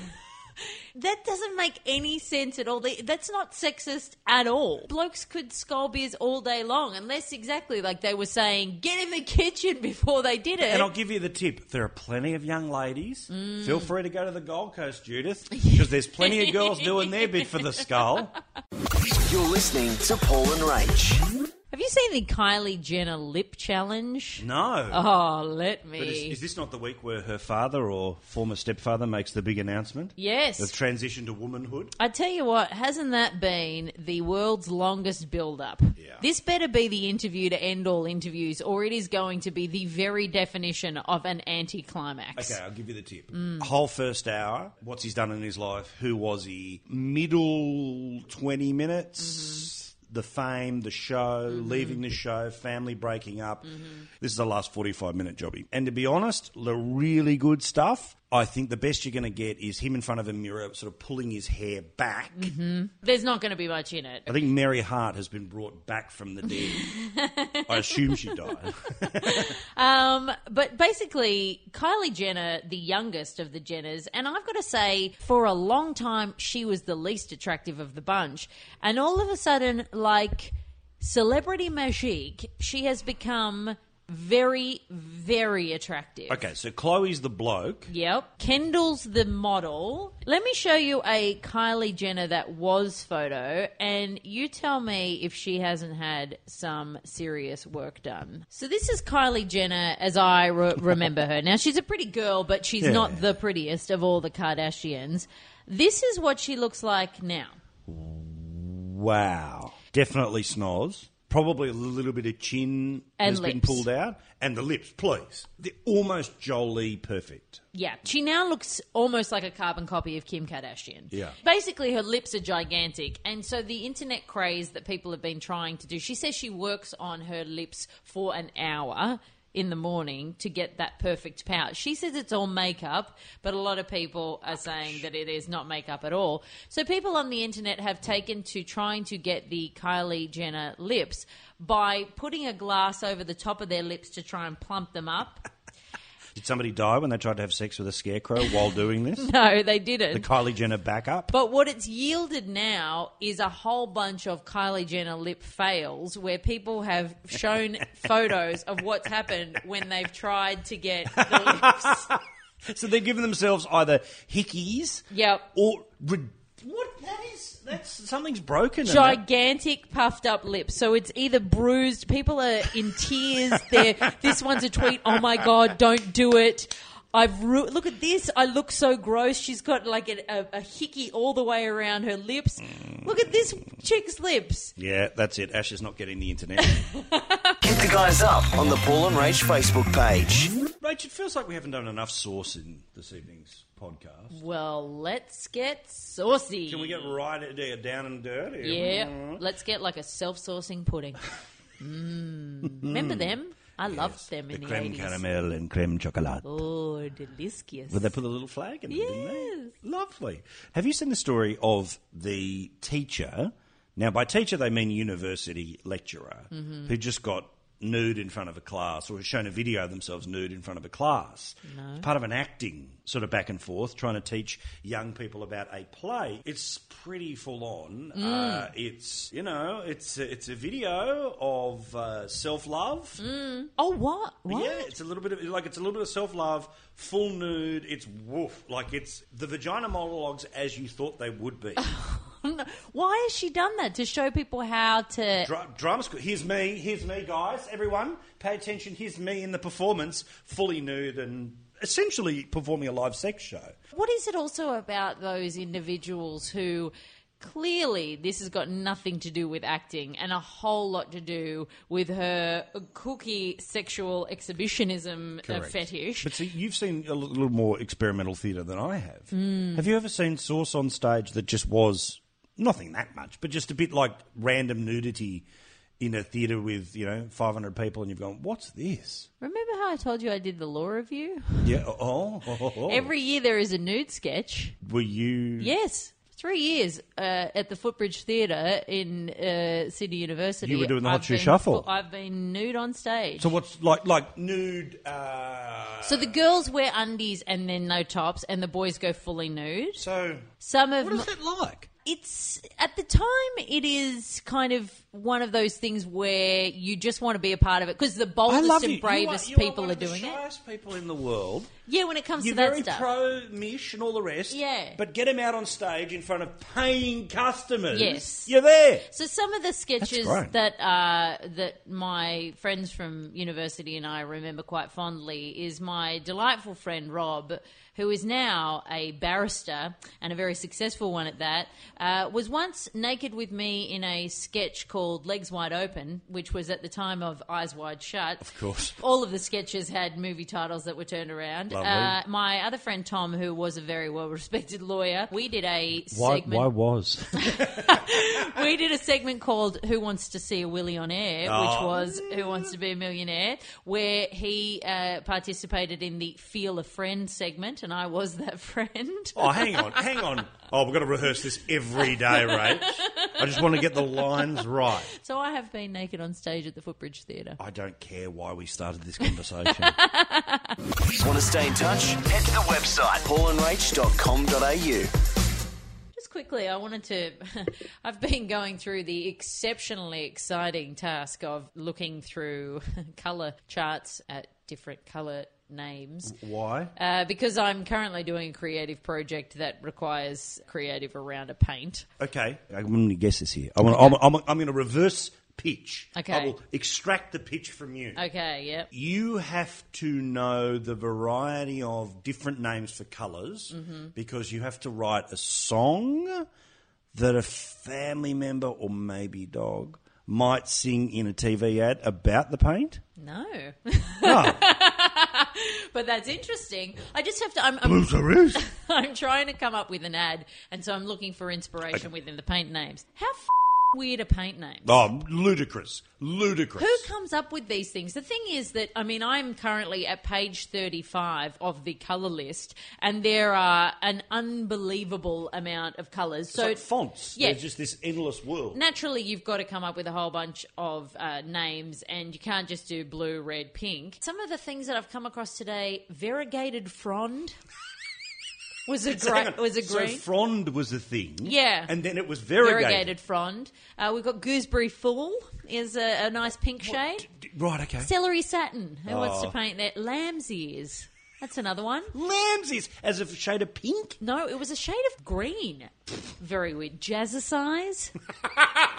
[SPEAKER 4] That doesn't make any sense at all. They- That's not sexist at all. Blokes could scull beers all day long, unless exactly like they were saying, get in the kitchen before they did it. Mm.
[SPEAKER 1] and I'll give you the tip: there are plenty of young ladies. Feel free to go to the Gold Coast, Judith, because there's plenty of girls doing their bit for the skull.
[SPEAKER 3] You're listening to Paul and Rach.
[SPEAKER 4] Have you seen the Kylie Jenner lip challenge?
[SPEAKER 1] No.
[SPEAKER 4] Oh, let me.
[SPEAKER 1] But is, is this not the week where her father or former stepfather makes the big announcement?
[SPEAKER 4] yes.
[SPEAKER 1] Of transition to womanhood?
[SPEAKER 4] I tell you what, hasn't that been the world's longest build up?
[SPEAKER 1] Yeah.
[SPEAKER 4] This better be the interview to end all interviews, or it is going to be the very definition of an anticlimax.
[SPEAKER 1] Okay, I'll give you the tip. Whole first hour, what's he's done in his life, who was he, middle 20 minutes, the fame, the show, leaving the show, family breaking up. This is the last 45 minute jobby. And to be honest, the really good stuff. I think the best you're going to get is him in front of a mirror, sort of pulling his hair back.
[SPEAKER 4] There's not going to be much in it.
[SPEAKER 1] I think Mary Hart has been brought back from the dead. I assume she died.
[SPEAKER 4] Um, but basically, Kylie Jenner, the youngest of the Jenners, and I've got to say, for a long time, she was the least attractive of the bunch. And all of a sudden, like celebrity magique, she has become very, very attractive.
[SPEAKER 1] Okay, so Chloe's the bloke.
[SPEAKER 4] Yep. Kendall's the model. Let me show you a Kylie Jenner that was photo, and you tell me if she hasn't had some serious work done. So, this is Kylie Jenner as I re- remember her. Now, she's a pretty girl, but she's
[SPEAKER 1] Yeah.
[SPEAKER 4] not the prettiest of all the Kardashians. This is what she looks like now.
[SPEAKER 1] Wow. Definitely snores. Probably a little bit of chin
[SPEAKER 4] And
[SPEAKER 1] has been
[SPEAKER 4] lips.
[SPEAKER 1] pulled out. And the lips, please. They're almost Jolie perfect.
[SPEAKER 4] Yeah, she now looks almost like a carbon copy of Kim Kardashian.
[SPEAKER 1] Yeah.
[SPEAKER 4] Basically, her lips are gigantic. And so, the internet craze that people have been trying to do, she says she works on her lips for an hour in the morning to get that perfect pout. She says it's all makeup, but a lot of people are saying that it is not makeup at all. So, people on the internet have taken to trying to get the Kylie Jenner lips by putting a glass over the top of their lips to try and plump them up.
[SPEAKER 1] Did somebody die when they tried to have sex with a scarecrow while doing this?
[SPEAKER 4] No, they didn't.
[SPEAKER 1] The Kylie Jenner backup?
[SPEAKER 4] But what it's yielded now is a whole bunch of Kylie Jenner lip fails where people have shown photos of what's happened when they've tried to get the lips.
[SPEAKER 1] So they're giving themselves either hickeys
[SPEAKER 4] Yep.
[SPEAKER 1] or. Re- what? That is. That's, something's broken. in that.
[SPEAKER 4] Gigantic puffed up lips. So it's either bruised, people are in tears. They're, this one's a tweet, oh my God, don't do it. I've ru- look at this. I look so gross. She's got like a, a, a hickey all the way around her lips. Look at this chick's lips.
[SPEAKER 1] Yeah, that's it. Ash is not getting the internet.
[SPEAKER 3] Hit the guys up on the Paul and Rach Facebook page.
[SPEAKER 1] Rach, it feels like we haven't done enough sauce in this evening's podcast.
[SPEAKER 4] Well, let's get saucy.
[SPEAKER 1] Can we get right at- down and dirty?
[SPEAKER 4] Yeah, let's get like a self-sourcing pudding. Mm. Remember them? I loved them
[SPEAKER 1] The
[SPEAKER 4] in the
[SPEAKER 1] creme
[SPEAKER 4] eighties.
[SPEAKER 1] caramel and creme chocolate.
[SPEAKER 4] Oh, delicious!
[SPEAKER 1] But they put a little flag in it,
[SPEAKER 4] Yes.
[SPEAKER 1] didn't they? Lovely. Have you seen the story of the teacher? Now, by teacher, they mean university lecturer
[SPEAKER 4] Mm-hmm.
[SPEAKER 1] who just got nude in front of a class or was shown a video of themselves nude in front of a class. It's part of an acting sort of back and forth, trying to teach young people about a play. It's pretty full on.
[SPEAKER 4] Mm.
[SPEAKER 1] Uh, it's, you know, it's, a- it's a video of uh, self love.
[SPEAKER 4] oh, what? What?
[SPEAKER 1] Yeah, it's a little bit of like it's a little bit of self love, full nude. It's woof, like it's the vagina monologues as you thought they would be.
[SPEAKER 4] Why has she done that to show people how to?
[SPEAKER 1] Dra- drama school. Here's me. Here's me, guys. Everyone, pay attention. Here's me in the performance, fully nude and essentially performing a live sex show.
[SPEAKER 4] What is it also about those individuals who? Clearly, this has got nothing to do with acting and a whole lot to do with her cookie sexual exhibitionism uh, fetish.
[SPEAKER 1] But see, you've seen a little more experimental theatre than I have. Have you ever seen Source on stage that just was nothing that much, but just a bit like random nudity in a theatre with, you know, 500 people and you've gone, what's this?
[SPEAKER 4] Remember how I told you I did the law review?
[SPEAKER 1] Yeah. Oh. oh, oh, oh.
[SPEAKER 4] Every year there is a nude sketch.
[SPEAKER 1] Were you?
[SPEAKER 4] Yes. Three years uh, at the Footbridge Theatre in uh, Sydney University.
[SPEAKER 1] You were doing the Hot
[SPEAKER 4] I've
[SPEAKER 1] Shoe
[SPEAKER 4] been-
[SPEAKER 1] Shuffle.
[SPEAKER 4] I've been nude on stage.
[SPEAKER 1] So
[SPEAKER 4] So,
[SPEAKER 1] what's like like nude? Uh,
[SPEAKER 4] the girls wear undies and then no tops, and the boys go fully nude.
[SPEAKER 1] so
[SPEAKER 4] Some of
[SPEAKER 1] what is
[SPEAKER 4] m-
[SPEAKER 1] that like?
[SPEAKER 4] it's at the time it is kind of one of those things where you just want to be a part of it because the boldest and bravest
[SPEAKER 1] you are, you
[SPEAKER 4] people
[SPEAKER 1] are,
[SPEAKER 4] are,
[SPEAKER 1] one of
[SPEAKER 4] doing
[SPEAKER 1] the
[SPEAKER 4] it.
[SPEAKER 1] shyest people in the world.
[SPEAKER 4] Yeah, when it comes
[SPEAKER 1] You're
[SPEAKER 4] to that
[SPEAKER 1] very
[SPEAKER 4] stuff.
[SPEAKER 1] pro Mish and all the rest.
[SPEAKER 4] Yeah.
[SPEAKER 1] But get him out on stage in front of paying customers.
[SPEAKER 4] Yes.
[SPEAKER 1] You're there.
[SPEAKER 4] So some of the sketches
[SPEAKER 1] great.
[SPEAKER 4] that uh, that my friends from university and I remember quite fondly is my delightful friend Rob, who is now a barrister and a very successful one at that, uh, was once naked with me in a sketch called called Legs Wide Open, which was at the time of Eyes Wide Shut. Of
[SPEAKER 1] course.
[SPEAKER 4] All of the sketches had movie titles that were turned around.
[SPEAKER 1] Lovely.
[SPEAKER 4] Uh, my other friend Tom, who was a very well respected lawyer, we did a
[SPEAKER 5] Why,
[SPEAKER 4] segment.
[SPEAKER 5] why was?
[SPEAKER 4] We did a segment called "Who Wants to See a Willy on Air," which
[SPEAKER 1] Oh.
[SPEAKER 4] was "Who Wants to Be a Millionaire," where he uh, participated in the "Feel a Friend" segment, and I was that friend.
[SPEAKER 1] Oh, hang on, hang on. Oh, we've got to rehearse this every day, Rach. I just want to get the lines right.
[SPEAKER 4] So I have been naked on stage at the Footbridge Theatre.
[SPEAKER 1] I don't care why we started this conversation.
[SPEAKER 3] Want to stay in touch? Head to the website paulandrach.com.au.
[SPEAKER 4] Just quickly, I wanted to. I've been going through the exceptionally exciting task of looking through color charts at different color names.
[SPEAKER 1] why?
[SPEAKER 4] Uh, because I'm currently doing a creative project that requires creative around a paint.
[SPEAKER 1] Okay, I'm going to guess this here. I want, I'm, I'm, I'm going to reverse pitch.
[SPEAKER 4] Okay.
[SPEAKER 1] I will extract the pitch from you.
[SPEAKER 4] Okay, yeah.
[SPEAKER 1] You have to know the variety of different names for colors
[SPEAKER 4] Mm-hmm.
[SPEAKER 1] because you have to write a song that a family member or maybe dog might sing in a TV ad about the paint.
[SPEAKER 4] No.
[SPEAKER 1] No,
[SPEAKER 4] but that's interesting. I just have to. I'm, I'm,
[SPEAKER 1] blues are it.
[SPEAKER 4] I'm trying to come up with an ad, and so I'm looking for inspiration within the paint names. How f- weird are paint names?
[SPEAKER 1] Oh, ludicrous, ludicrous.
[SPEAKER 4] Who comes up with these things? The thing is that, I mean, I'm currently at page 35 of the colour list, and there are an unbelievable amount of colours.
[SPEAKER 1] It's
[SPEAKER 4] So,
[SPEAKER 1] like fonts.
[SPEAKER 4] yeah.
[SPEAKER 1] They're just this endless world.
[SPEAKER 4] naturally, you've got to come up with a whole bunch of uh, names, and you can't just do blue, red, pink. Some of the things that I've come across today variegated frond. Was a
[SPEAKER 1] Hang on.
[SPEAKER 4] great. Was a
[SPEAKER 1] so
[SPEAKER 4] green.
[SPEAKER 1] frond was a thing.
[SPEAKER 4] Yeah.
[SPEAKER 1] And then it was
[SPEAKER 4] variegated,
[SPEAKER 1] variegated.
[SPEAKER 4] frond. Uh, we've got gooseberry fool is a, a nice pink shade.
[SPEAKER 1] D- Right, okay.
[SPEAKER 4] Celery satin. Who wants
[SPEAKER 1] Oh.
[SPEAKER 4] to paint that? Lamb's ears. That's another one.
[SPEAKER 1] Lambs is as a shade of pink.
[SPEAKER 4] No, it was a shade of green. Very weird. Jazzercise.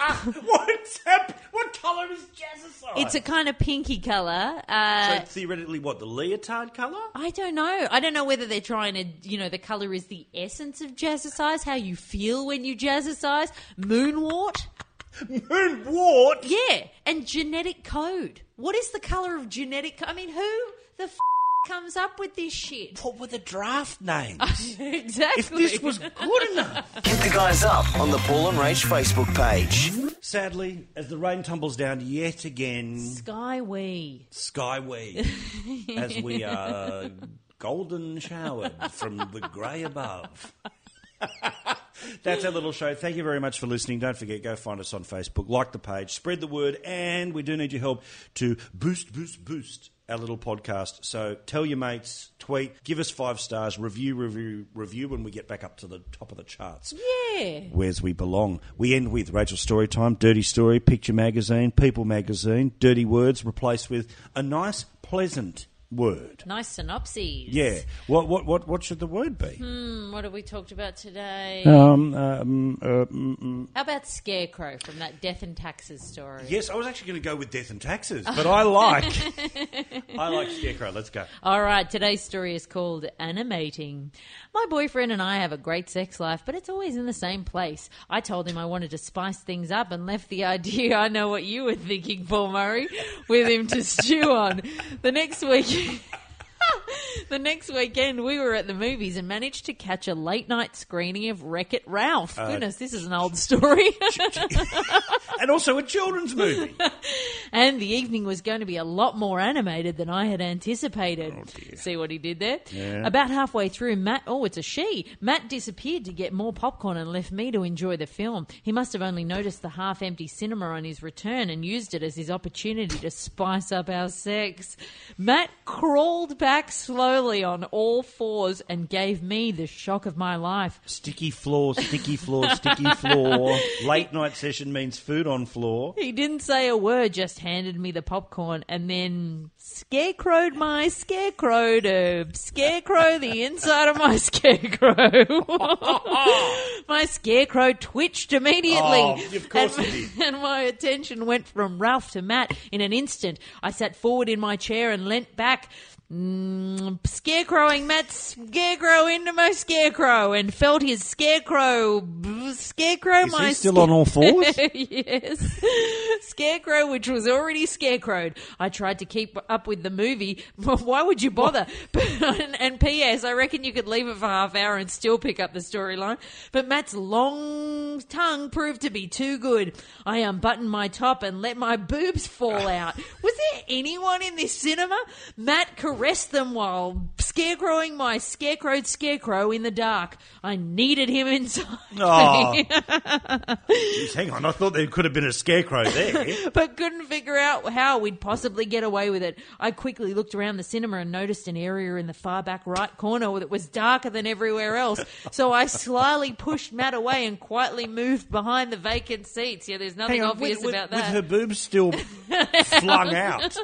[SPEAKER 1] What's happened? What colour is jazzercise?
[SPEAKER 4] It's a kind of pinky colour. Uh,
[SPEAKER 1] So theoretically, what the leotard colour?
[SPEAKER 4] I don't know. I don't know whether they're trying to, you know, the colour is the essence of jazzercise, how you feel when you jazzercise. Moonwort.
[SPEAKER 1] Moon wart.
[SPEAKER 4] Yeah, and genetic code. What is the color of genetic? Co- I mean, who the f- comes up with this shit?
[SPEAKER 1] What were the draft names?
[SPEAKER 4] exactly.
[SPEAKER 1] if this was good enough.
[SPEAKER 3] Hit the guys up on the Paul and Rach Facebook page.
[SPEAKER 1] Sadly, as the rain tumbles down yet again,
[SPEAKER 4] Skyway.
[SPEAKER 1] skyway, as we are golden showered from the grey above. That's our little show. Thank you very much for listening. Don't forget, go find us on Facebook, like the page, spread the word, and we do need your help to boost, boost, boost our little podcast. So tell your mates, tweet, give us five stars, review, review, review when we get back up to the top of the charts.
[SPEAKER 4] Yeah.
[SPEAKER 1] Where's we belong. We end with Rachel Storytime, Dirty Story, Picture Magazine, People Magazine, Dirty Words replaced with a nice, pleasant word.
[SPEAKER 4] Nice synopses.
[SPEAKER 1] Yeah. What what what what should the word be?
[SPEAKER 4] Hmm, what have we talked about today?
[SPEAKER 1] Um, um, uh, mm, mm.
[SPEAKER 4] How about Scarecrow from that Death and Taxes story?
[SPEAKER 1] Yes, I was actually going to go with death and taxes, but I like I like scarecrow. Let's go.
[SPEAKER 4] All right, today's story is called Animating. My boyfriend and I have a great sex life, but it's always in the same place. I told him I wanted to spice things up and left the idea, I know what you were thinking, Paul Murray, with him to stew on. The next week. The next weekend, we were at the movies and managed to catch a late night screening of Wreck It Ralph. Goodness, this is an old story.
[SPEAKER 1] And also a children's movie.
[SPEAKER 4] and the evening was going to be a lot more animated than I had anticipated. See what he did there? About halfway through, Matt, oh, it's a she. Matt disappeared to get more popcorn and left me to enjoy the film. He must have only noticed the half empty cinema on his return and used it as his opportunity to spice up our sex. Matt crawled back slowly on all fours and gave me the shock of my life.
[SPEAKER 1] Sticky floor, sticky floor, sticky floor. Late night session means food on floor.
[SPEAKER 4] He didn't say a word, just handed me the popcorn and then scarecrowed my scarecrow to scarecrow the inside of my scarecrow. my scarecrow twitched immediately.
[SPEAKER 1] Oh, of course
[SPEAKER 4] and,
[SPEAKER 1] he
[SPEAKER 4] And my attention went from Ralph to Matt in an instant. I sat forward in my chair and leant back. mm, scarecrowing Matt Scarecrow into my scarecrow and felt his scarecrow b- scarecrow
[SPEAKER 1] Is
[SPEAKER 4] my
[SPEAKER 1] he still on all fours?
[SPEAKER 4] yes. Scarecrow, which was already scarecrowed. I tried to keep up with the movie. Why would you bother? and, and P.S. I reckon you could leave it for half hour and still pick up the storyline. But Matt's long tongue proved to be too good. I unbuttoned my top and let my boobs fall out. Was there anyone in this cinema? Matt caressed them while scarecrowing my scarecrowed scarecrow in the dark. I needed him inside.
[SPEAKER 1] Oh. Jeez, hang on. I thought there could have been a scarecrow there.
[SPEAKER 4] but couldn't figure out how we'd possibly get away with it. I quickly looked around the cinema and noticed an area in the far back right corner that was darker than everywhere else. So I slyly pushed Matt away and quietly moved behind the vacant seats. Yeah, there's nothing
[SPEAKER 1] Hang on,
[SPEAKER 4] obvious
[SPEAKER 1] with, with-
[SPEAKER 4] about
[SPEAKER 1] with
[SPEAKER 4] that.
[SPEAKER 1] her boobs still flung out.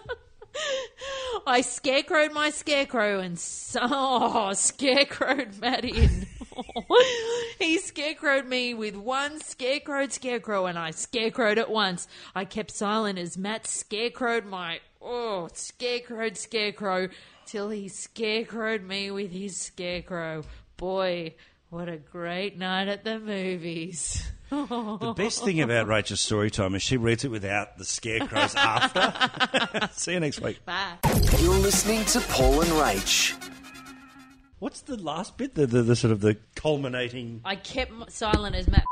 [SPEAKER 4] I scarecrowed my scarecrow and so oh, scarecrowed Matt in. he scarecrowed me with one scarecrowed scarecrow, and I scarecrowed at once. I kept silent as Matt scarecrowed my oh scarecrowed scarecrow till he scarecrowed me with his scarecrow. Boy, what a great night at the movies!
[SPEAKER 1] The best thing about Rachel's story time is she reads it without the scarecrows after. See you next week.
[SPEAKER 4] Bye.
[SPEAKER 3] You're listening to Paul and Rach.
[SPEAKER 1] What's the last bit? The, the, the sort of the culminating.
[SPEAKER 4] I kept m- silent as Matt.